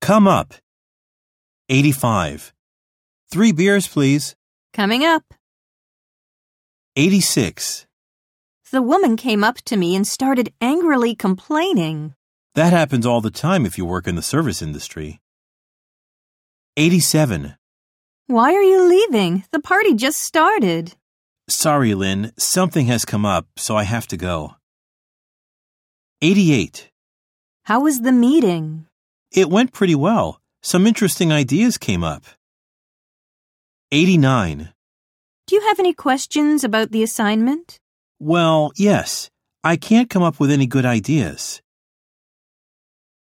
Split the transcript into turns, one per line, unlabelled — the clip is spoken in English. Come up. 85. Three beers, please.
Coming up.
86.
The woman came up to me and started angrily complaining.
That happens all the time if you work in the service industry. 87.
Why are you leaving? The party just started.
Sorry, Lynn. Something has come up, so I have to go. 88.
How was the meeting?
It went pretty well. Some interesting ideas came up. 89.
Do you have any questions about the assignment?
Well, yes. I can't come up with any good ideas.